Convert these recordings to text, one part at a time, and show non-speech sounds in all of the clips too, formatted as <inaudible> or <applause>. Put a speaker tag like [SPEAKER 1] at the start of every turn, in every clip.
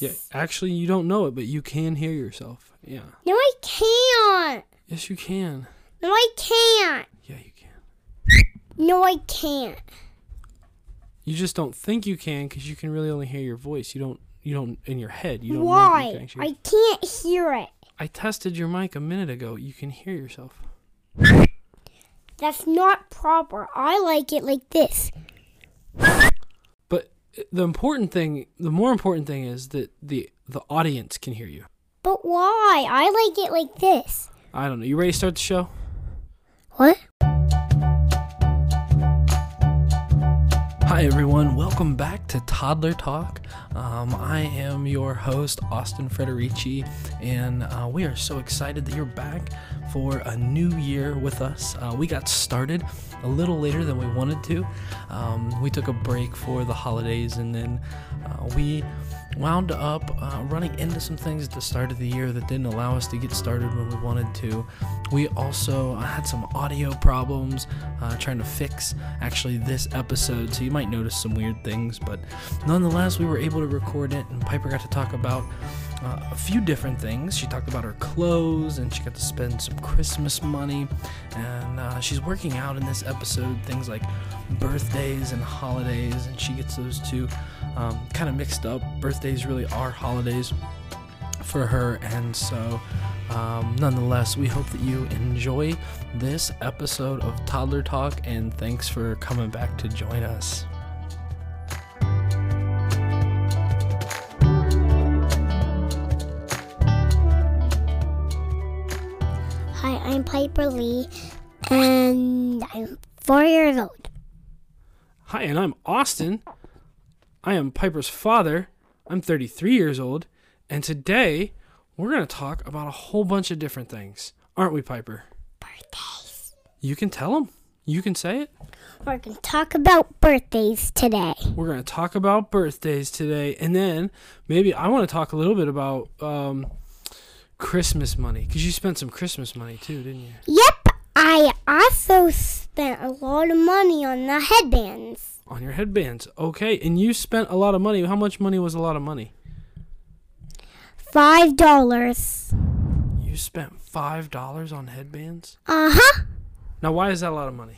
[SPEAKER 1] Yeah, actually, you don't know it, but you can hear yourself. Yeah.
[SPEAKER 2] No, I can't.
[SPEAKER 1] Yes, you can.
[SPEAKER 2] No, I can't.
[SPEAKER 1] Yeah, you can.
[SPEAKER 2] No, I can't.
[SPEAKER 1] You just don't think you can because you can really only hear your voice. You don't. You don't in your head. You don't. know if you can
[SPEAKER 2] Why?
[SPEAKER 1] actually-
[SPEAKER 2] I can't hear it.
[SPEAKER 1] I tested your mic a minute ago. You can hear yourself.
[SPEAKER 2] That's not proper. I like it like this.
[SPEAKER 1] But uh, the important thing, the more important thing, is that the the audience can hear you.
[SPEAKER 2] But why? I like it like this.
[SPEAKER 1] I don't know. You ready to start the show?
[SPEAKER 2] What?
[SPEAKER 1] Hi, everyone. Welcome back to Toddler Talk. Um, I am your host, Austin Frederici, and uh, we are so excited that you're back for a new year with us. Uh, we got started a little later than we wanted to. Um, we took a break for the holidays, and then uh, we wound up uh, running into some things at the start of the year that didn't allow us to get started when we wanted to. We also uh, had some audio problems uh, trying to fix actually this episode, so you might notice some weird things, but nonetheless, we were able to record it, and Piper got to talk about. Uh, a few different things. She talked about her clothes and she got to spend some Christmas money. And uh, she's working out in this episode things like birthdays and holidays, and she gets those two um, kind of mixed up. Birthdays really are holidays for her, and so um, nonetheless, we hope that you enjoy this episode of Toddler Talk, and thanks for coming back to join us.
[SPEAKER 2] Hi, I'm Piper Lee, and I'm four years old.
[SPEAKER 1] Hi, and I'm Austin. I am Piper's father. I'm 33 years old, and today we're going to talk about a whole bunch of different things, aren't we, Piper?
[SPEAKER 2] Birthdays.
[SPEAKER 1] You can tell them. You can say it.
[SPEAKER 2] We're gonna talk about birthdays today.
[SPEAKER 1] We're going to talk about birthdays today, and then maybe I want to talk a little bit about um, Christmas money because you spent some Christmas money too, didn't you?
[SPEAKER 2] Yep, I also spent a lot of money on the headbands.
[SPEAKER 1] On your headbands. Okay, and you spent a lot of money. How much money was a lot of money?
[SPEAKER 2] Five dollars.
[SPEAKER 1] You spent $5 on headbands?
[SPEAKER 2] Uh huh.
[SPEAKER 1] Now, why is that a lot of money?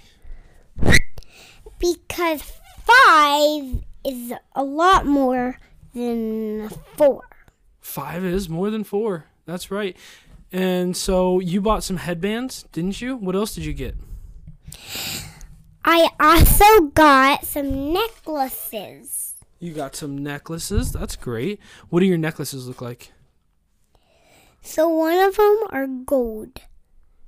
[SPEAKER 2] Because five is a lot more than four.
[SPEAKER 1] Five is more than four. That's right. And so you bought some headbands, didn't you? What else did you get?
[SPEAKER 2] I also got some necklaces.
[SPEAKER 1] You got some necklaces. That's great. What do your necklaces look like?
[SPEAKER 2] So one of them are gold.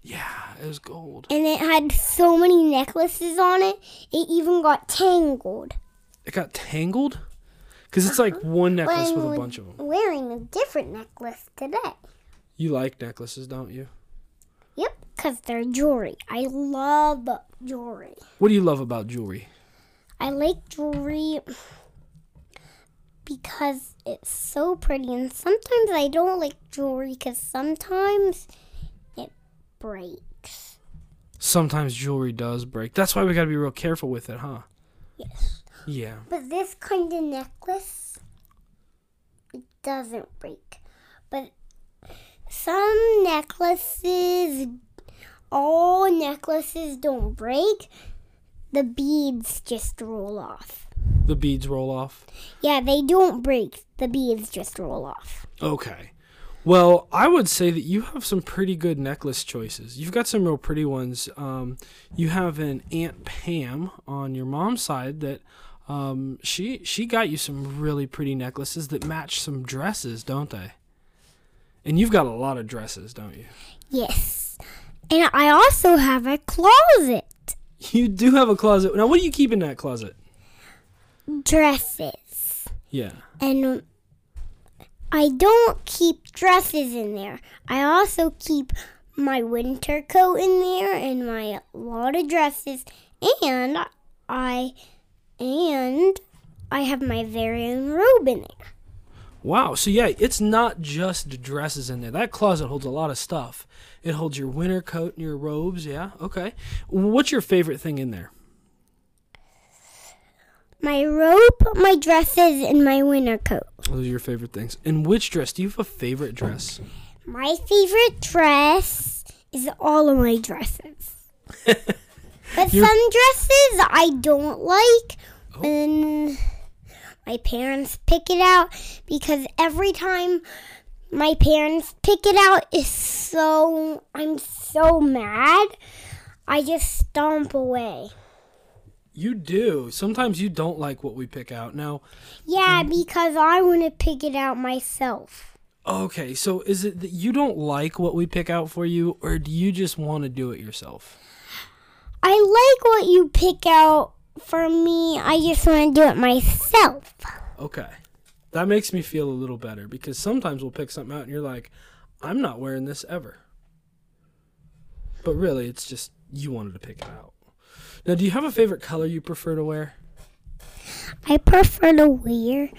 [SPEAKER 1] Yeah, it was gold.
[SPEAKER 2] And it had so many necklaces on it, it even got tangled.
[SPEAKER 1] It got tangled? Because it's like one necklace with a bunch of them.
[SPEAKER 2] Wearing a different necklace today.
[SPEAKER 1] You like necklaces, don't you?
[SPEAKER 2] Yep, because they're jewelry. I love jewelry.
[SPEAKER 1] What do you love about jewelry?
[SPEAKER 2] I like jewelry because it's so pretty, and sometimes I don't like jewelry because sometimes it breaks.
[SPEAKER 1] Sometimes jewelry does break. That's why we got to be real careful with it, huh?
[SPEAKER 2] Yes.
[SPEAKER 1] Yeah.
[SPEAKER 2] But this kind of necklace it doesn't break. But some necklaces, all necklaces don't break. The beads just roll off.
[SPEAKER 1] The beads roll off.
[SPEAKER 2] Yeah, they don't break. The beads just roll off.
[SPEAKER 1] Okay. Well, I would say that you have some pretty good necklace choices. You've got some real pretty ones. Um, you have an Aunt Pam on your mom's side that um, she she got you some really pretty necklaces that match some dresses, don't they? And you've got a lot of dresses, don't you? <laughs>
[SPEAKER 2] Yes. And I also have a closet.
[SPEAKER 1] You do have a closet. Now, what do you keep in that closet?
[SPEAKER 2] Dresses.
[SPEAKER 1] Yeah.
[SPEAKER 2] And um, I don't keep dresses in there. I also keep my winter coat in there and my lot of dresses and I and I have my very own robe in there.
[SPEAKER 1] Wow. So yeah, it's not just dresses in there. That closet holds a lot of stuff. It holds your winter coat and your robes. Yeah. Okay. What's your favorite thing in there?
[SPEAKER 2] my rope, my dresses, and my winter coat.
[SPEAKER 1] Those are your favorite things. And which dress? Do you have a favorite dress?
[SPEAKER 2] My favorite dress is all of my dresses. but
[SPEAKER 1] You're-
[SPEAKER 2] some dresses I don't like when my parents pick it out because every time my parents pick it out is so I'm so mad. I just stomp away.
[SPEAKER 1] You do. Sometimes you don't like what we pick out. Now,
[SPEAKER 2] Yeah, because I want to pick it out myself.
[SPEAKER 1] okay, so is it that you don't like what we pick out for you, or do you just want to do it yourself?
[SPEAKER 2] I like what you pick out for me. I just want to do it myself.
[SPEAKER 1] Okay. That makes me feel a little better because sometimes we'll pick something out and you're like, I'm not wearing this ever. But really, it's just you wanted to pick it out. Now, do you have a favorite color you prefer to wear?
[SPEAKER 2] I prefer to wear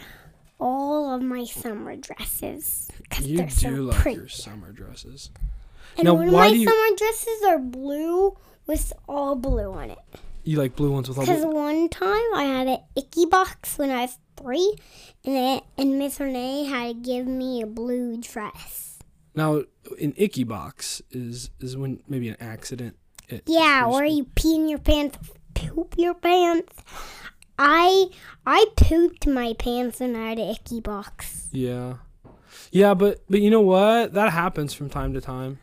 [SPEAKER 2] all of my summer dresses because
[SPEAKER 1] You
[SPEAKER 2] they're
[SPEAKER 1] do
[SPEAKER 2] so
[SPEAKER 1] like
[SPEAKER 2] pretty.
[SPEAKER 1] your summer dresses.
[SPEAKER 2] and
[SPEAKER 1] now,
[SPEAKER 2] one of
[SPEAKER 1] why
[SPEAKER 2] my
[SPEAKER 1] do you-
[SPEAKER 2] summer dresses are blue with all blue on it.
[SPEAKER 1] You like blue ones with all
[SPEAKER 2] Because
[SPEAKER 1] blue.
[SPEAKER 2] one time I had an icky box when I was three, and it, and Miss Renee had to give me a blue dress.
[SPEAKER 1] Now, an icky box is is when maybe an accident. It,
[SPEAKER 2] Yeah, where you pee in your pants, poop your pants. I I pooped my pants when I had an icky box.
[SPEAKER 1] Yeah. Yeah, but but you know what? That happens from time to time.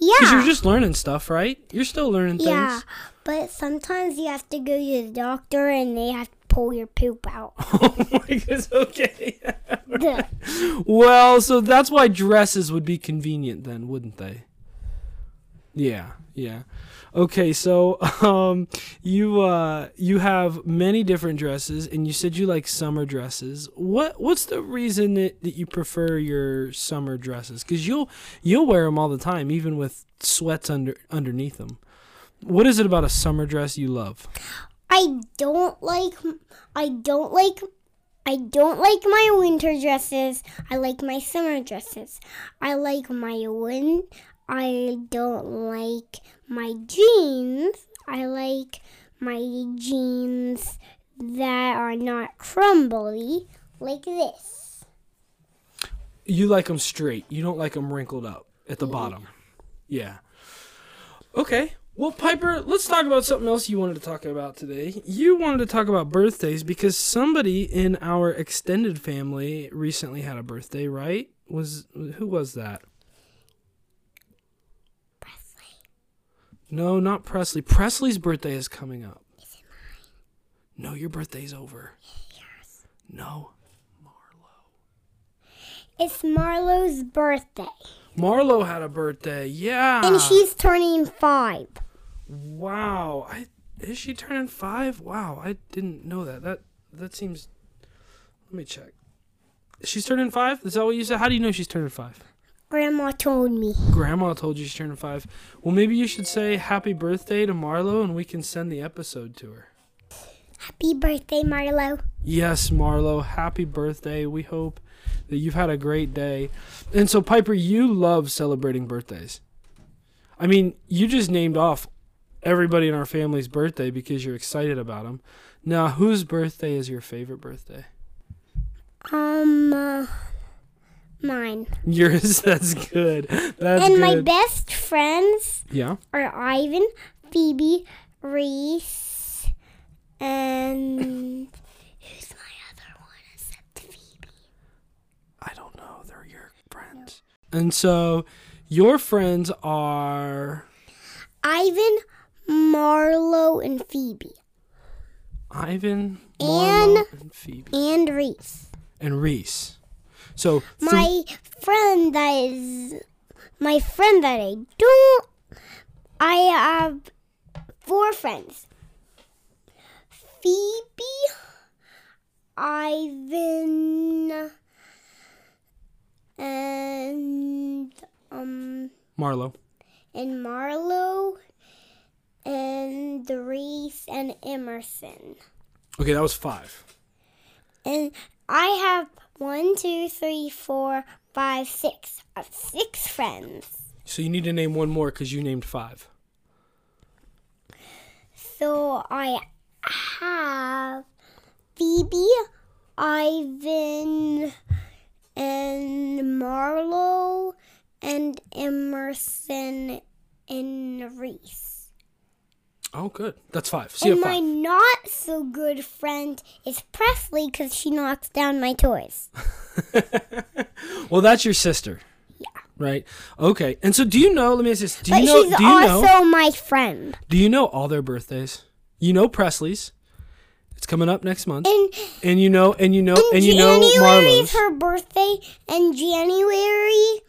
[SPEAKER 2] Yeah.
[SPEAKER 1] Cuz you're just learning stuff, right? You're still learning things.
[SPEAKER 2] Ah.
[SPEAKER 1] <laughs>
[SPEAKER 2] Yeah, but sometimes you have to go to the doctor and they have to pull your poop out.
[SPEAKER 1] oh my goodness. Okay.
[SPEAKER 2] Duh.
[SPEAKER 1] Well, so that's why dresses would be convenient then, wouldn't they? Yeah, yeah. Okay, so <laughs> um you uh you have many different dresses and you said you like summer dresses. What what's the reason that, that you prefer your summer dresses? Cuz you'll you'll wear them all the time even with sweats under underneath them. What is it about a summer dress you love?
[SPEAKER 2] I don't like I don't like I don't like my winter dresses. I like my summer dresses. I like my win. I don't like my jeans. I like my jeans that are not crumbly like this.
[SPEAKER 1] You like them straight. You don't like them wrinkled up at
[SPEAKER 2] Mm-hmm.
[SPEAKER 1] the bottom. Yeah. Okay. Well, Piper, let's talk about something else you wanted to talk about today. You wanted to talk about birthdays because somebody in our extended family recently had a birthday, right? Was who was that?
[SPEAKER 2] Presley.
[SPEAKER 1] No, not Presley. Presley's birthday is coming up.
[SPEAKER 2] Is it
[SPEAKER 1] No, your birthday's over. No.
[SPEAKER 2] It's Marlowe's birthday.
[SPEAKER 1] Marlo had a birthday. Yeah.
[SPEAKER 2] And she's turning five.
[SPEAKER 1] Wow, I is she turning five? Wow, I didn't know that. That that seems. Let me check. She's turning five. Is that what you said? How do you know she's turning five?
[SPEAKER 2] Grandma told me.
[SPEAKER 1] Grandma told you she's turning five. Well, maybe you should say happy birthday to Marlo, and we can send the episode to her.
[SPEAKER 2] Happy birthday, Marlo.
[SPEAKER 1] Yes, Marlo, happy birthday. We hope that you've had a great day. And so, Piper, you love celebrating birthdays. I mean, you just named off everybody in our family's birthday because you're excited about them. Now, whose birthday is your favorite birthday? <laughs>
[SPEAKER 2] Um, uh, mine.
[SPEAKER 1] Yours. That's good. That's
[SPEAKER 2] and
[SPEAKER 1] good.
[SPEAKER 2] my best friends
[SPEAKER 1] yeah.
[SPEAKER 2] are Ivan, Phoebe, Reese, and who's my other one except Phoebe?
[SPEAKER 1] I don't know. They're your friends. And so, your friends are
[SPEAKER 2] Ivan, Marlo, and Phoebe.
[SPEAKER 1] Ivan, Marlo, and Phoebe,
[SPEAKER 2] And Reese.
[SPEAKER 1] and Reese. So, three-
[SPEAKER 2] my friend that is my friend that I don't. I have four friends: Phoebe, Ivan, and um
[SPEAKER 1] Marlo.
[SPEAKER 2] and Marlo, and Reese and Emerson.
[SPEAKER 1] Okay, that was five.
[SPEAKER 2] And I have one, two, three, four, five, six. I have six friends.
[SPEAKER 1] So you need to name one more because you named five.
[SPEAKER 2] So I have Phoebe, Ivan, and Marlo, and Emerson, and Reese.
[SPEAKER 1] Oh, good. That's five. See you
[SPEAKER 2] and
[SPEAKER 1] at
[SPEAKER 2] my
[SPEAKER 1] five.
[SPEAKER 2] not so good friend is Presley because she knocks down my toys.
[SPEAKER 1] Well, that's your sister. Yeah. Right. Okay. And so, do you know? Let me ask this. Do
[SPEAKER 2] But
[SPEAKER 1] you know?
[SPEAKER 2] she's
[SPEAKER 1] Do you
[SPEAKER 2] also
[SPEAKER 1] know?
[SPEAKER 2] my friend.
[SPEAKER 1] Do you know all their birthdays? You know Presley's. It's coming up next month.
[SPEAKER 2] And
[SPEAKER 1] And you know, and you know,
[SPEAKER 2] And
[SPEAKER 1] and you know
[SPEAKER 2] January is
[SPEAKER 1] Marlowe's.
[SPEAKER 2] her birthday, and January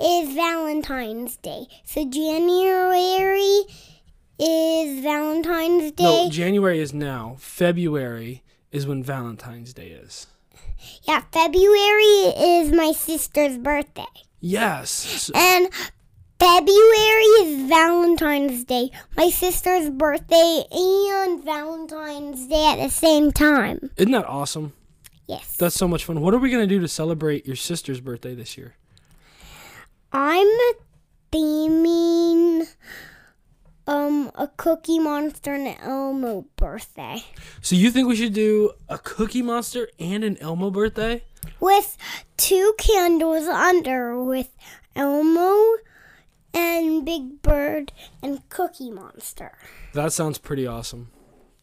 [SPEAKER 2] is Valentine's Day. So January is Valentine's Day.
[SPEAKER 1] No, January is now. February is when Valentine's Day is.
[SPEAKER 2] yeah, February is my sister's birthday.
[SPEAKER 1] Yes. S-
[SPEAKER 2] And February is Valentine's Day, my sister's birthday, and Valentine's Day at the same time.
[SPEAKER 1] Isn't that awesome?
[SPEAKER 2] Yes.
[SPEAKER 1] That's so much fun. What are we going to do to celebrate your sister's birthday this year?
[SPEAKER 2] I'm theming um a Cookie Monster and Elmo birthday
[SPEAKER 1] So you think we should do a Cookie Monster and an Elmo birthday?
[SPEAKER 2] with two candles under with Elmo and Big Bird and Cookie Monster.
[SPEAKER 1] That sounds pretty awesome.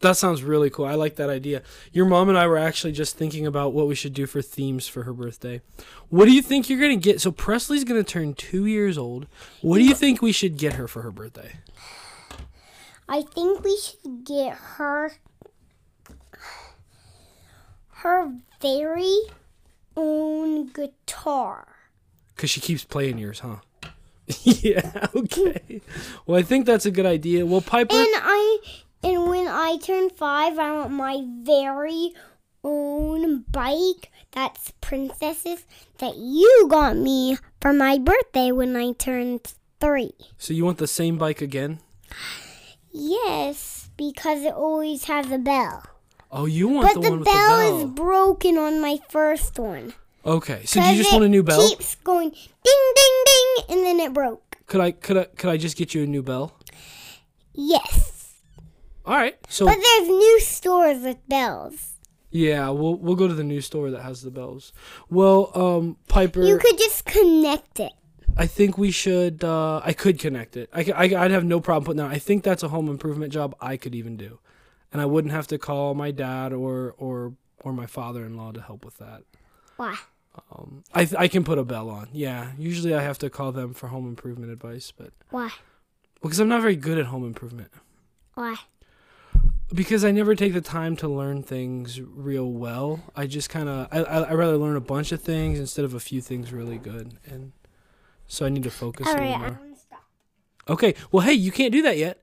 [SPEAKER 1] That sounds really cool. I like that idea. Your mom and I were actually just thinking about what we should do for themes for her birthday. What do you think you're going to get? So Presley's going to turn 2 years old. What do you think we should get her for her birthday?
[SPEAKER 2] I think we should get her her very own guitar.
[SPEAKER 1] Because she keeps playing yours, huh? <laughs> yeah, okay. Well, I think that's a good idea. Well, Piper,
[SPEAKER 2] And I and when I turn five, I want my very own bike. That's princesses that you got me for my birthday when I turned three.
[SPEAKER 1] so you want the same bike again?
[SPEAKER 2] Yes, because it always has a bell.
[SPEAKER 1] Oh, you want
[SPEAKER 2] But
[SPEAKER 1] the,
[SPEAKER 2] the,
[SPEAKER 1] one with
[SPEAKER 2] bell,
[SPEAKER 1] the bell.
[SPEAKER 2] is broken on my first one.
[SPEAKER 1] Okay, so do you just
[SPEAKER 2] it
[SPEAKER 1] want a new bell?
[SPEAKER 2] Keeps going ding ding ding, and then it broke.
[SPEAKER 1] Could I could I could I just get you a new bell?
[SPEAKER 2] Yes,
[SPEAKER 1] All right. So
[SPEAKER 2] but there's new stores with bells.
[SPEAKER 1] yeah, we'll we'll go to the new store that has the bells. Well, um, Piper,
[SPEAKER 2] You could just connect it.
[SPEAKER 1] I think we should. Uh, I could connect it. I, c- I would have no problem putting that. I think that's a home improvement job I could even do, and I wouldn't have to call my dad or or or my father-in-law to help with that. Um,
[SPEAKER 2] Why?
[SPEAKER 1] I th- I can put a bell on. Yeah. Usually I have to call them for home improvement advice, but
[SPEAKER 2] Why?
[SPEAKER 1] because I'm not very good at home improvement.
[SPEAKER 2] Why?
[SPEAKER 1] because I never take the time to learn things real well. I just kind of I, I I rather learn a bunch of things instead of a few things really good, and so I need to focus a
[SPEAKER 2] All
[SPEAKER 1] little
[SPEAKER 2] right, I'm
[SPEAKER 1] more.
[SPEAKER 2] gonna stop.
[SPEAKER 1] Okay, well, hey, you can't do that yet.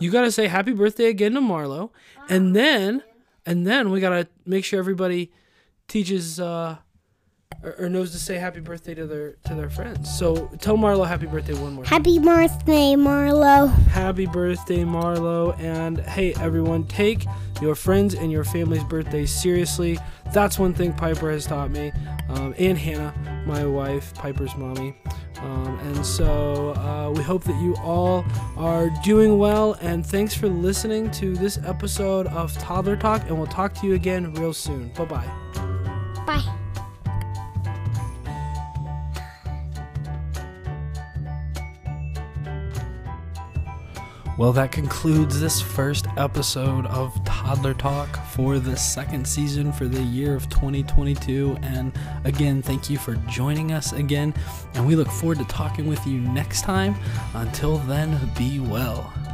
[SPEAKER 1] You gotta say happy birthday again to Marlo,
[SPEAKER 2] Oh.
[SPEAKER 1] and then and then we gotta make sure everybody teaches uh, or, or knows to say happy birthday to their to their friends. So tell Marlo happy birthday one more. time.
[SPEAKER 2] Happy birthday, Marlo.
[SPEAKER 1] Happy birthday, Marlo. And hey, everyone, take your friends and your family's birthdays seriously. That's one thing Piper has taught me, um, and Hannah, my wife, Piper's mommy. Um, and so uh, we hope that you all are doing well. And thanks for listening to this episode of Toddler Talk. And we'll talk to you again real soon. Bye bye.
[SPEAKER 2] Bye.
[SPEAKER 1] Well, that concludes this first episode of Toddler Talk for the second season for the year of 2022. And again, thank you for joining us again. And we look forward to talking with you next time. Until then, be well.